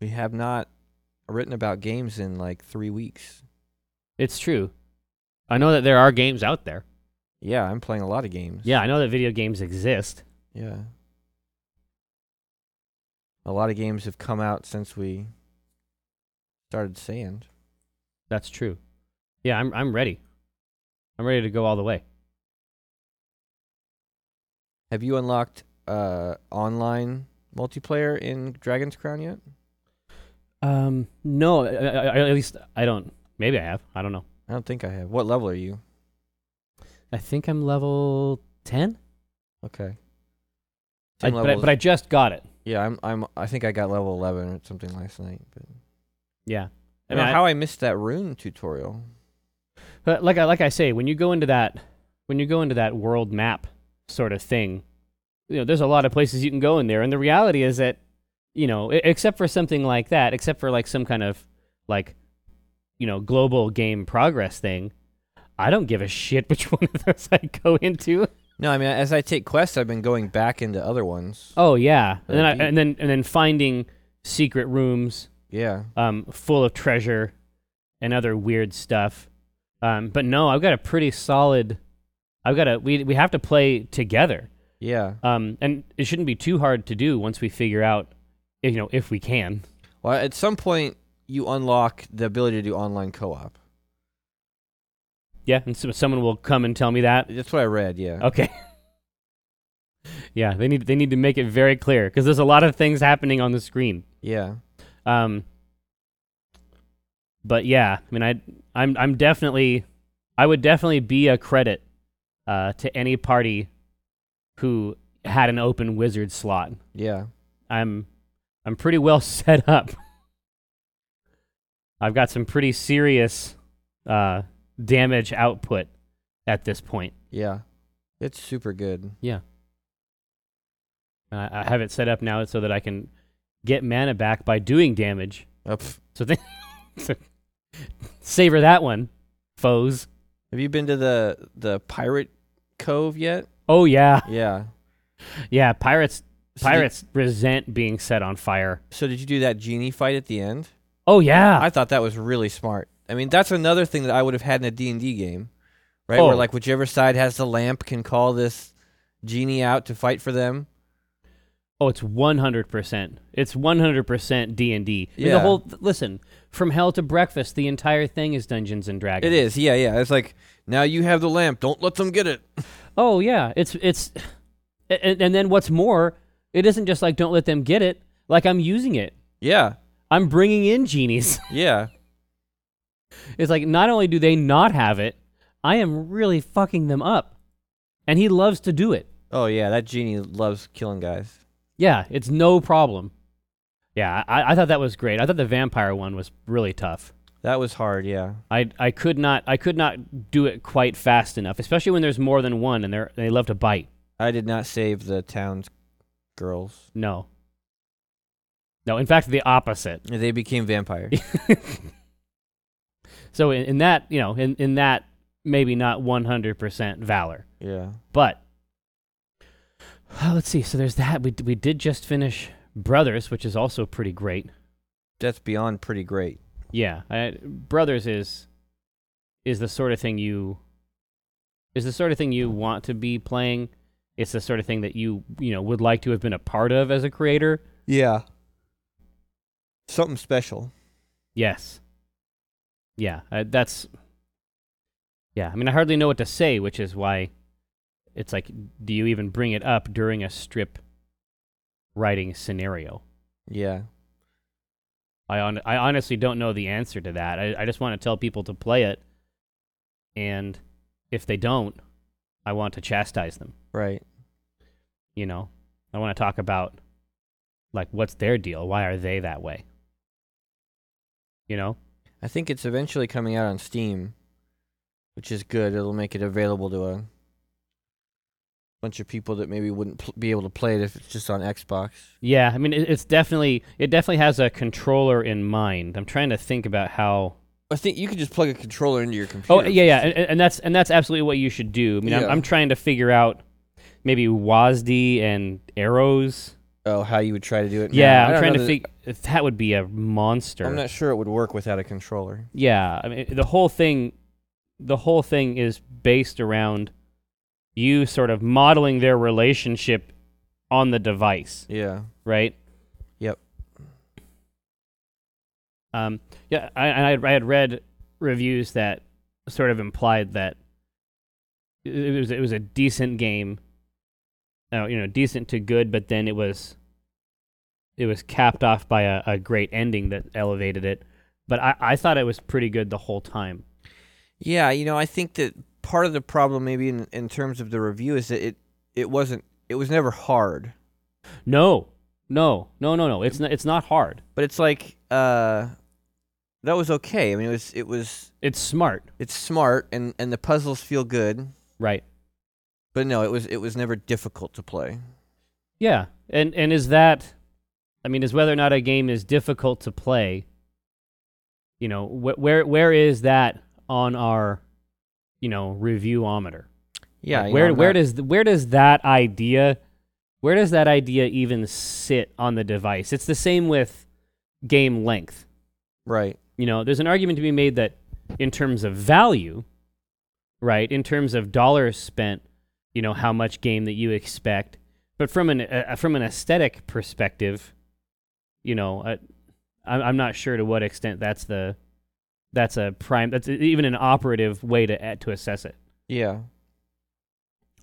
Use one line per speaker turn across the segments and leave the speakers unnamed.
We have not written about games in like three weeks.
It's true. I know that there are games out there.
Yeah, I'm playing a lot of games.
Yeah, I know that video games exist.
Yeah. A lot of games have come out since we started Sand.
That's true. Yeah, I'm I'm ready. I'm ready to go all the way.
Have you unlocked uh, online multiplayer in Dragon's Crown yet?
Um, no, I, I, I- at least I don't. Maybe I have. I don't know.
I don't think I have. What level are you?
I think I'm level ten.
Okay.
I,
Same
but, I,
level
but
as-
I just got it.
yeah, I'm. I'm. I think I got level 11 or something last night. But
Yeah.
I
I
don't
mean,
know
I-
how I missed that rune tutorial.
But like I like I say, when you go into that when you go into that world map sort of thing, you know, there's a lot of places you can go in there. And the reality is that, you know, e- except for something like that, except for like some kind of like, you know, global game progress thing, I don't give a shit which one of those I go into.
No, I mean as I take quests, I've been going back into other ones.
Oh yeah, and then I,
Indeed.
and then and then finding secret rooms
Yeah.
um, full of treasure and other weird stuff. Um, but no, I've got a pretty solid. I've got a. We we have to play together,
Yeah.
um, and it shouldn't be too hard to do once we figure out, you know, if we can.
Well, at some point you unlock the ability to do online co-op.
Yeah, and so someone will come and tell me that.
That's what I read. Yeah.
Okay. yeah, they need they need to make it very clear because there's a lot of things happening on the screen.
Yeah.
Um, but yeah, I mean, I I'm I'm definitely I would definitely be a credit uh, to any party who had an open wizard slot.
Yeah.
I'm I'm pretty well set up. I've got some pretty serious uh, damage output at this point.
Yeah. It's super good.
And I, I have it set up now so that I can get mana back by doing damage.
Oh, pff.
So, th- so savor that one, foes.
Have you been to the the pirate cove yet?
Oh yeah,
Yeah.
yeah. Pirates,
So did-
pirates resent being set on fire.
so did you do that genie fight at the end?
Oh yeah,
I thought that was really smart. I mean, that's another thing that I would have had in a D&D game, right? Where
Oh.
like whichever side has the lamp can call this genie out to fight for them.
oh it's one hundred percent. It's one hundred percent D and D.
Yeah.
The whole th- listen from hell to breakfast. The entire thing is Dungeons and Dragons.
It is. Yeah, yeah. It's like now you have the lamp. Don't let them get it.
Oh yeah, it's it's, a- and, and then what's more, it isn't just like don't let them get it. Like I'm using it.
Yeah.
I'm bringing in genies.
Yeah.
it's like not only do they not have it, I am really fucking them up, and he loves to do it.
Oh yeah, that genie loves killing guys.
Yeah, it's no problem. Yeah, I, I thought that was great. I thought the vampire one was really tough.
That was hard, yeah.
I, I could not I could not do it quite fast enough, especially when there's more than one and they are they love to bite.
I did not save the town's girls.
No. No, in fact, the opposite.
They became vampires.
So in, in that you know in in that maybe not 100% valor,
yeah.
but uh, let's see. So there's that. We d- we did just finish Brothers, which is also pretty great.
That's beyond pretty great.
Yeah, I, brothers is is the sort of thing you is the sort of thing you want to be playing. It's the sort of thing that you you know would like to have been a part of as a creator.
Yeah. Something special.
Yes. Yeah, I, that's. Yeah, I mean, I hardly know what to say, which is why it's like, do you even bring it up during a strip writing scenario?
Yeah.
I on, I honestly don't know the answer to that. I, I just want to tell people to play it, and if they don't, I want to chastise them.
Right.
You know, I want to talk about like what's their deal? Why are they that way? You know?
I think it's eventually coming out on Steam, which is good. It'll make it available to a bunch of people that maybe wouldn't pl- be able to play it if it's just on Xbox.
Yeah, I mean, it, it's definitely it definitely has a controller in mind. I'm trying to think about how.
I think you could just plug a controller into your
Oh
computer.
yeah, yeah, and, and that's and that's absolutely what you should do. I mean,
Yeah.
I'm, I'm trying to figure out maybe WASD and arrows
Oh, how you would try to do it? now.
yeah,
I
I'm
don't
trying
know
to
that-
think. If that would be a monster.
I'm not sure it would work without a controller.
yeah, I mean, the whole thing, the whole thing is based around you sort of modeling their relationship on the device,
Yeah.
right?
Yep.
Um, yeah, I, I, had- I had read reviews that sort of implied that it was it was a decent game, uh, you know, decent to good, but then it was it was capped off by a, a great ending that elevated it. But I, I thought it was pretty good the whole time.
Yeah, you know, I think that part of the problem, maybe in, in terms of the review, is that it it wasn't it was never hard,
No, no, no, no, no. It's not, it's not hard.
but it's like uh, that was okay. I mean, it was it was
It's smart,
it's smart and and the puzzles feel good,
right?
but no, it was it was never difficult to play.
Yeah, and and is that, I mean, is whether or not a game is difficult to play. You know, wh- where where is that on our, you know, reviewometer?
Yeah,
Like,
you know,
where
I'm
where
not-
does th- where does that idea, where does that idea even sit on the device? It's the same with game length.
right?
You know, there's an argument to be made that in terms of value, right, in terms of dollars spent, you know, how much game that you expect, but from an uh, from an aesthetic perspective, you know, uh, I'm I'm not sure to what extent that's the that's a prime that's e, even an operative way to uh, to assess it.
Yeah,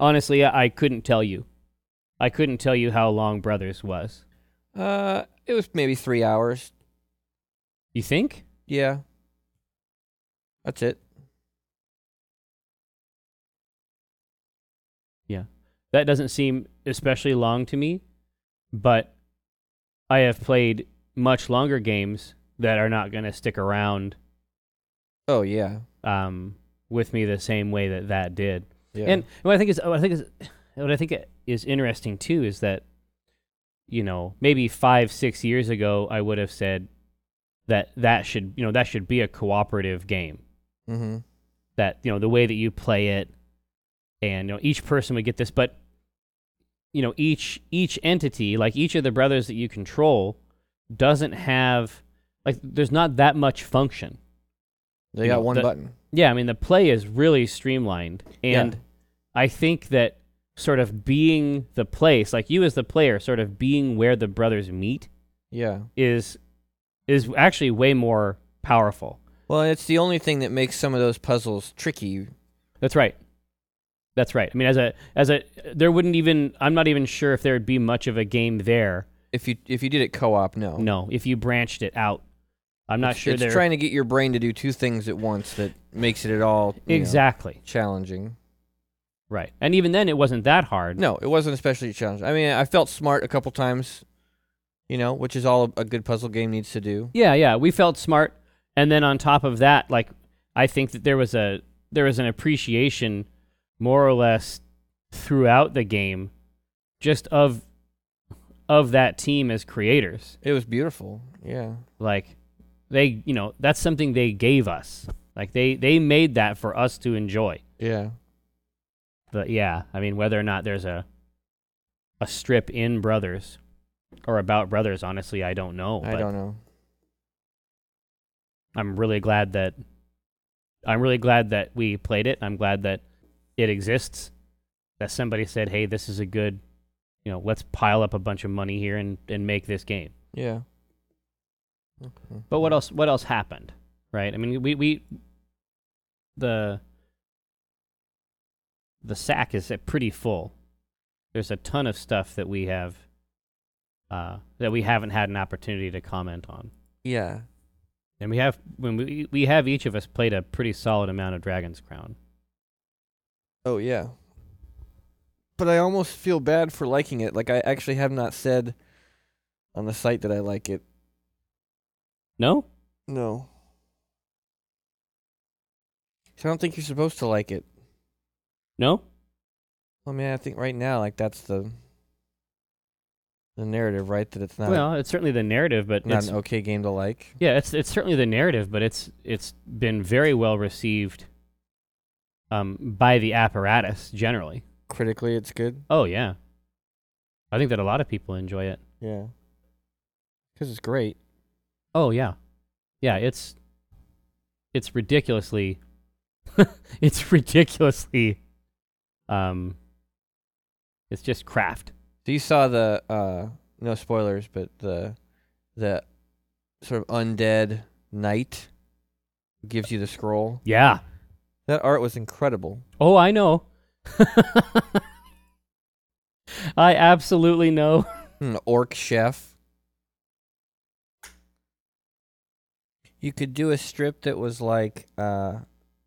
Honestly, I, I couldn't tell you. I couldn't tell you how long Brothers was.
uh, it was maybe three hours.
You think?
Yeah, that's it.
That doesn't seem especially long to me, but I have played much longer games that are not going to stick around
Oh yeah,
um, with me the same way that that did.
yeah.
And what I think is, what I think is, what I think is interesting too is that, you know, maybe five, six years ago, I would have said that that should, you know, that should be a cooperative game.
mm-hmm.
that you know the way that you play it and you know each person would get this but you know each each entity like each of the brothers that you control doesn't have like there's not that much function
they
you
got
know,
one
the-
button.
yeah i mean the play is really streamlined
Yeah.
and i think that sort of being the place like you as the player sort of being where the brothers meet
Yeah.
is is actually way more powerful
Well, it's the only thing that makes some of those puzzles tricky.
That's right. That's right. I mean, as a as a there wouldn't even I'm not even sure if there would be much of a game there.
If you if you did it co-op, no.
No, if you branched it out, I'm
Oh.
not
It's-
sure
It's
there.
trying to get your brain to do two things at once that makes it at all you know,
exactly
challenging.
right. And even then, it wasn't that hard.
No, it wasn't especially challenging. I mean, I felt smart a couple times, you know, which is all a good puzzle game needs to do.
Yeah, yeah. We felt smart, and then on top of that, like I think that there was a there was an appreciation, more or less, throughout the game, just of of that team as creators.
It was beautiful. Yeah.
like they you know that's something they gave us like they they made that for us to enjoy
Yeah.
but yeah i mean whether or not there's a a strip in brothers or about brothers honestly i don't know
I
Oh, but
don't know.
i'm really glad that i'm really glad that we played it i'm glad that it exists that somebody said hey this is a good you know let's pile up a bunch of money here and and make this game
Yeah. Okay.
But what else? What else happened? Right? I mean, we we the the sack is uh, pretty full. There's a ton of stuff that we have uh, that we haven't had an opportunity to comment on,
Yeah.
and we have when we we have each of us played a pretty solid amount of Dragon's Crown.
Oh yeah. But I almost feel bad for liking it. Like I actually have not said on the site that I like it.
No,
No. So I don't think you're supposed to like it.
no.
I mean, I think right now, like that's the the narrative, right? That it's not
Well, it's certainly the narrative, but
not
it's,
an okay game to like.
yeah, it's it's certainly the narrative, but it's it's been very well received um, by the apparatus generally.
Critically, it's good.
Oh yeah. I think that a lot of people enjoy it.
Yeah. Because it's great.
Oh yeah, yeah. It's it's ridiculously it's ridiculously um it's just craft.
So you saw the uh no spoilers, but the the sort of undead knight gives you the scroll.
Yeah.
That art was incredible.
Oh, I know. I absolutely know.
An Hmm, orc chef. You could do a strip that was like uh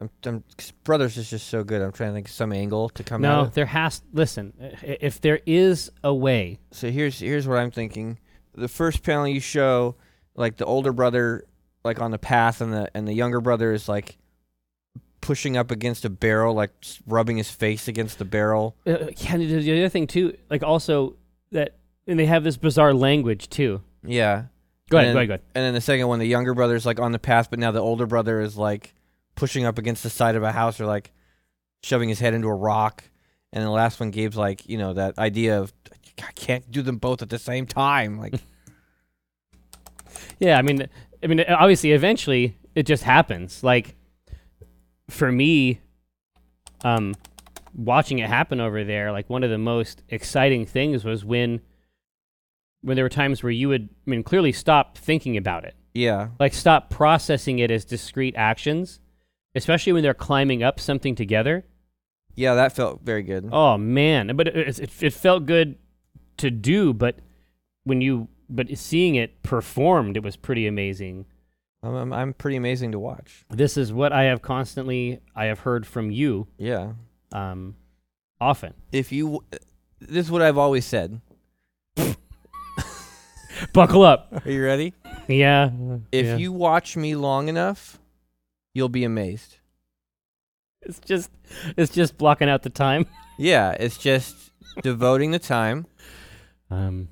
I'm, I'm, 'cause Brothers is just so good. I'm trying to think of some angle to come out.
no,
of.
there has listen, i- if there is a way.
so here's here's what I'm thinking. The first panel you show, like the older brother, like on the path, and the and the younger brother is like pushing up against a barrel, like s- rubbing his face against the barrel.
Uh, uh, yeah, the the other thing too, like also that and they have this bizarre language too.
Yeah.
Go
And
ahead,
then-
go ahead, go ahead.
And then the second one, the younger brother's like on the path, but now the older brother is like pushing up against the side of a house or like shoving his head into a rock. And the last one, Gabe's like, you know, that idea of I can't do them both at the same time. Like,
Yeah, I mean, I mean, obviously, eventually, it just happens. Like, for me, um, watching it happen over there, like one of the most exciting things was when, when there were times where you would, I mean, clearly stop thinking about it,
yeah,
like stop processing it as discrete actions, especially when they're climbing up something together.
yeah, that felt very good.
Oh man, but it, it, it felt good to do, but when you, but seeing it performed, it was pretty amazing.
I'm, I'm, I'm pretty amazing to watch.
this is what I have constantly I have heard from you
Yeah.
um, often.
If you, this is what I've always said.
Buckle up.
Are you ready?
yeah.
If
yeah.
you watch me long enough, you'll be amazed.
it's just it's just blocking out the time.
Yeah, it's just devoting the time.
Um,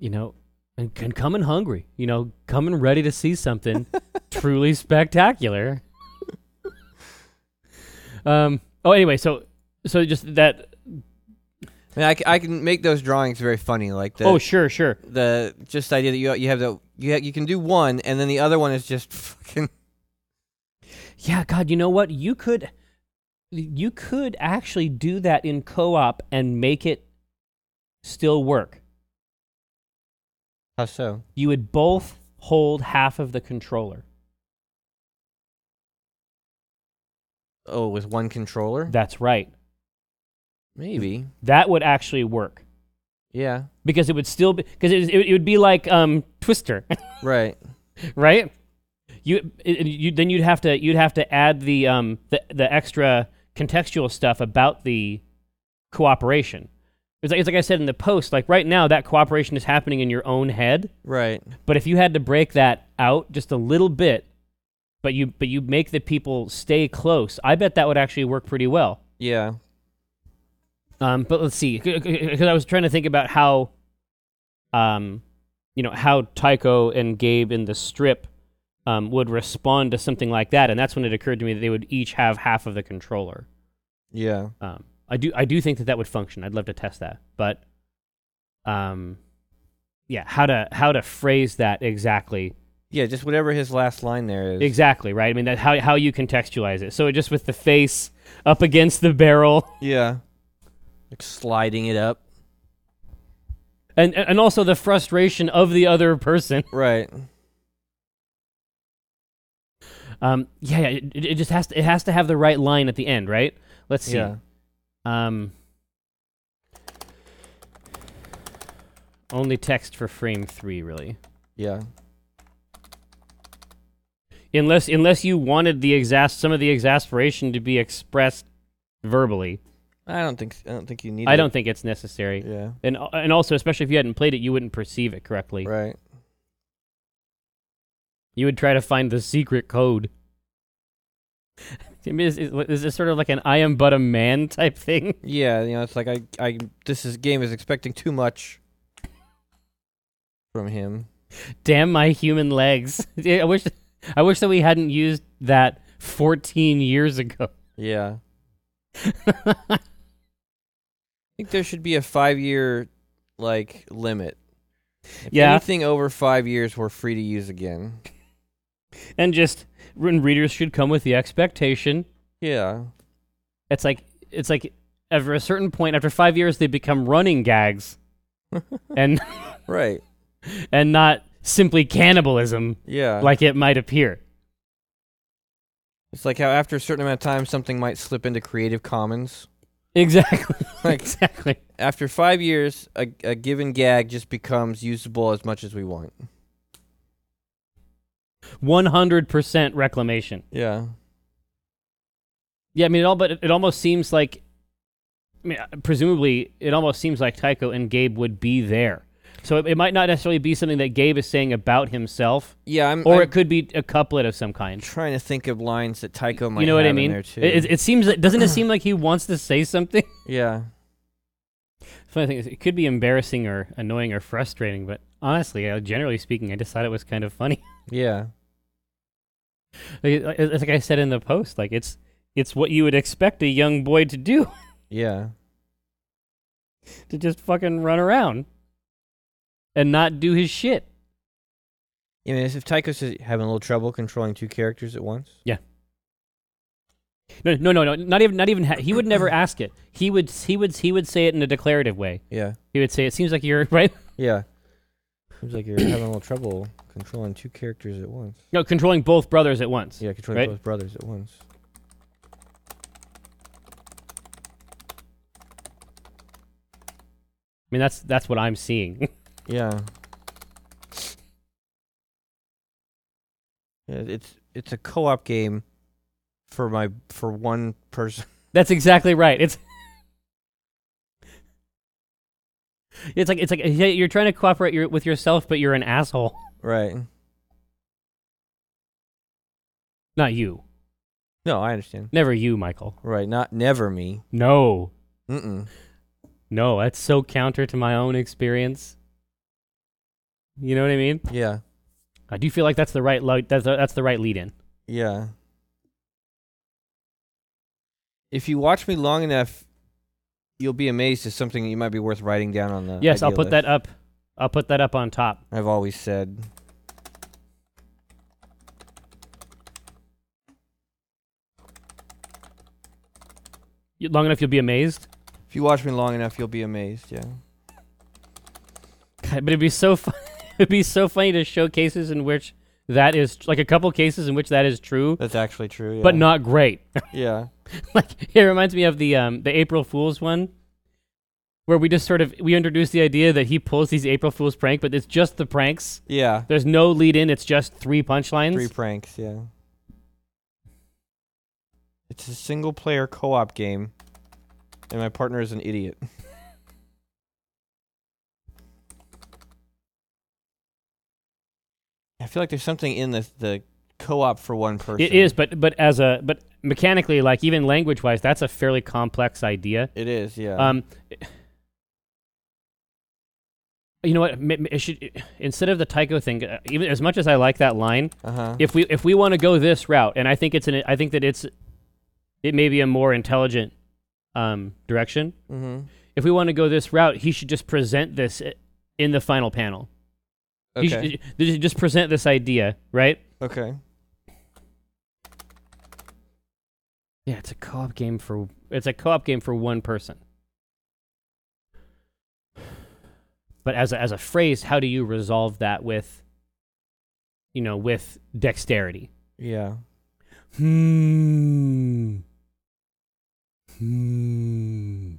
you know, and, and coming hungry. You know, coming ready to see something truly spectacular. um. Oh, anyway, so so just that.
I mean, I, c- I can make those drawings very funny, like the
oh, sure, sure.
the just the idea that you you have the you ha- you can do one and then the other one is just fucking
Yeah, God, you know what? You could you could actually do that in co-op and make it still work.
how so
You would both hold half of the controller.
oh with one controller
That's right.
maybe
That would actually work
yeah
because it would still be because it, it, it would be like um Twister,
right
right? You it, you then you'd have to you'd have to add the um the the extra contextual stuff about the cooperation. It's like, it's like I said in the post, like right now that cooperation is happening in your own head.
right
But if you had to break that out just a little bit, but you but you make the people stay close, I bet that would actually work pretty well.
yeah
Um, but let's see, because I was trying to think about how, um, you know, how Tycho and Gabe in the strip um, would respond to something like that, and that's when it occurred to me that they would each have half of the controller.
yeah
Um, I do I do think that that would function. I'd love to test that, but um, yeah, how to how to phrase that exactly
yeah just whatever his last line there is
Exactly right. I mean that how how you contextualize it. So just with the face up against the barrel,
yeah like sliding it up
and and also the frustration of the other person.
right
Um, yeah, yeah it, it just has to it has to have the right line at the end, right? Let's see.
yeah
Um, only text for frame three, really.
yeah
Unless unless you wanted the exas some of the exasperation to be expressed verbally,
I don't think I don't think you need
I
it.
don't think it's necessary.
yeah
And and also, especially if you hadn't played it, you wouldn't perceive it correctly.
right
You would try to find the secret code. I mean, is, is, is this sort of like an I am but a man type thing?
yeah you know it's like I I this is game is expecting too much from him
Damn my human legs. Yeah, I wish I wish that we hadn't used that 14 years ago.
yeah I think there should be a five year like limit If
Yeah.
Anything over five years, we're free to use again.
and just when readers should come with the expectation
Yeah.
it's like it's like after a certain point after five years they become running gags and
Right.
and not simply cannibalism
Yeah.
like it might appear
it's like how after a certain amount of time, something might slip into Creative Commons.
exactly
Like-
exactly
After five years, a, a given gag just becomes usable as much as we want.
100% reclamation
Yeah.
yeah i mean it all but it, it almost seems like I mean, presumably it almost seems like tycho and gabe would be there so it, it might not necessarily be something that gabe is saying about himself
Yeah. I'm,
or
I'm
it could be a couplet of some kind
trying to think of lines that Tycho might
you know what
have
I mean?
in there too.
It, it, it seems that doesn't it seem like he wants to say something?
yeah.
Funny thing is, it could be embarrassing or annoying or frustrating, but honestly, uh, generally speaking, I just thought it was kind of funny.
Yeah.
like, it- it's like I said in the post, like it's it's what you would expect a young boy to do
Yeah.
to just fucking run around and not do his shit.
I mean, as if Tycho's just having a little trouble controlling two characters at once.
No, no, no, no. Not even not even ha- he would never ask it. He would he would he would say it in a declarative way.
Yeah.
He would say, "It seems like you're right."
Yeah. Seems like you're having a little trouble controlling two characters at once.
No, controlling both brothers at once.
Yeah, controlling
Right.
both brothers at once.
I mean, that's that's what I'm seeing.
Yeah. Yeah, It's it's a co-op game for my for one person.
That's exactly right. It's It's like it's like yeah, you're trying to cooperate your, with yourself, but you're an asshole.
Right.
Not you.
No, I understand.
Never you, Michael.
Right. Not never me.
No.
Mm-mm.
No, that's so counter to my own experience. You know what I mean?
Yeah.
I Uh, do feel like that's the right lo- that's the, that's the right lead in.
Yeah. If you watch me long enough, you'll be amazed at something you might be worth writing down on the.
Yes, I'll
idea
put
list.
that up. I'll put that up on top.
I've always said.
You- Long enough, you'll be amazed.
If you watch me long enough, you'll be amazed. Yeah.
God, but it'd be so fun. it'd be so funny to show cases in which that is like a couple cases in which that is true,
That's actually true. Yeah.
but not great.
Yeah.
like it reminds me of the um the April Fools one where we just sort of we introduce the idea that he pulls these April Fools prank but it's just the pranks.
Yeah.
There's no lead in, it's just three punchlines.
Three pranks. Yeah. It's a single player co op game, and my partner is an idiot. I feel like there's something in the the co op for one person.
it is but but as a but mechanically like even language wise that's a fairly complex idea.
It is. Yeah.
Um you know what? m- m- It should, instead of the Tycho thing, uh, even as much as I like that line,
uh huh.
if we if we want to go this route, and I think it's an I think that it's it may be a more intelligent um, direction.
Mm-hmm.
If we want to go this route, he should just present this i- in the final panel. He should-
Okay.
they should just present this idea, right?
okay.
Yeah, it's a co-op game for it's a co-op game for one person. But as a, as a phrase, how do you resolve that with you know, with dexterity?
Yeah.
Hmm. Hmm.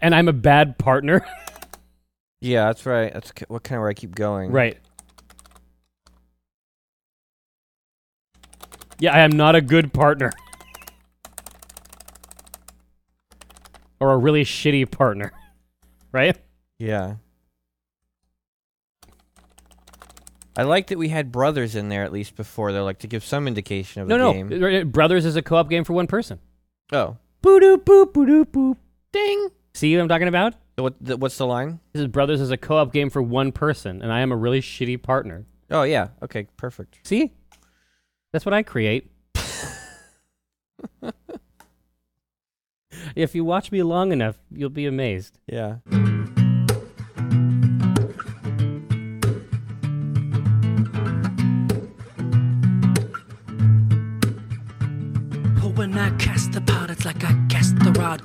And I'm a bad partner.
Yeah. That's right. That's ki- what kind of where I keep going.
right. Yeah, I am not a good partner. Or a really shitty partner. Right?
Yeah. I like that we had brothers in there at least before, though, like to give some indication of
No,
the
no.
game.
R- r- Brothers is a co op game for one person.
Oh,
Boo doo boop, boo doo boop. Ding. See what I'm talking about?
So what? The, what's the line?
This is Brothers is a co-op game for one person, and I am a really shitty partner.
Oh, yeah. Okay, perfect.
See? That's what I create. if you watch me long enough, you'll be amazed.
Yeah.
hard,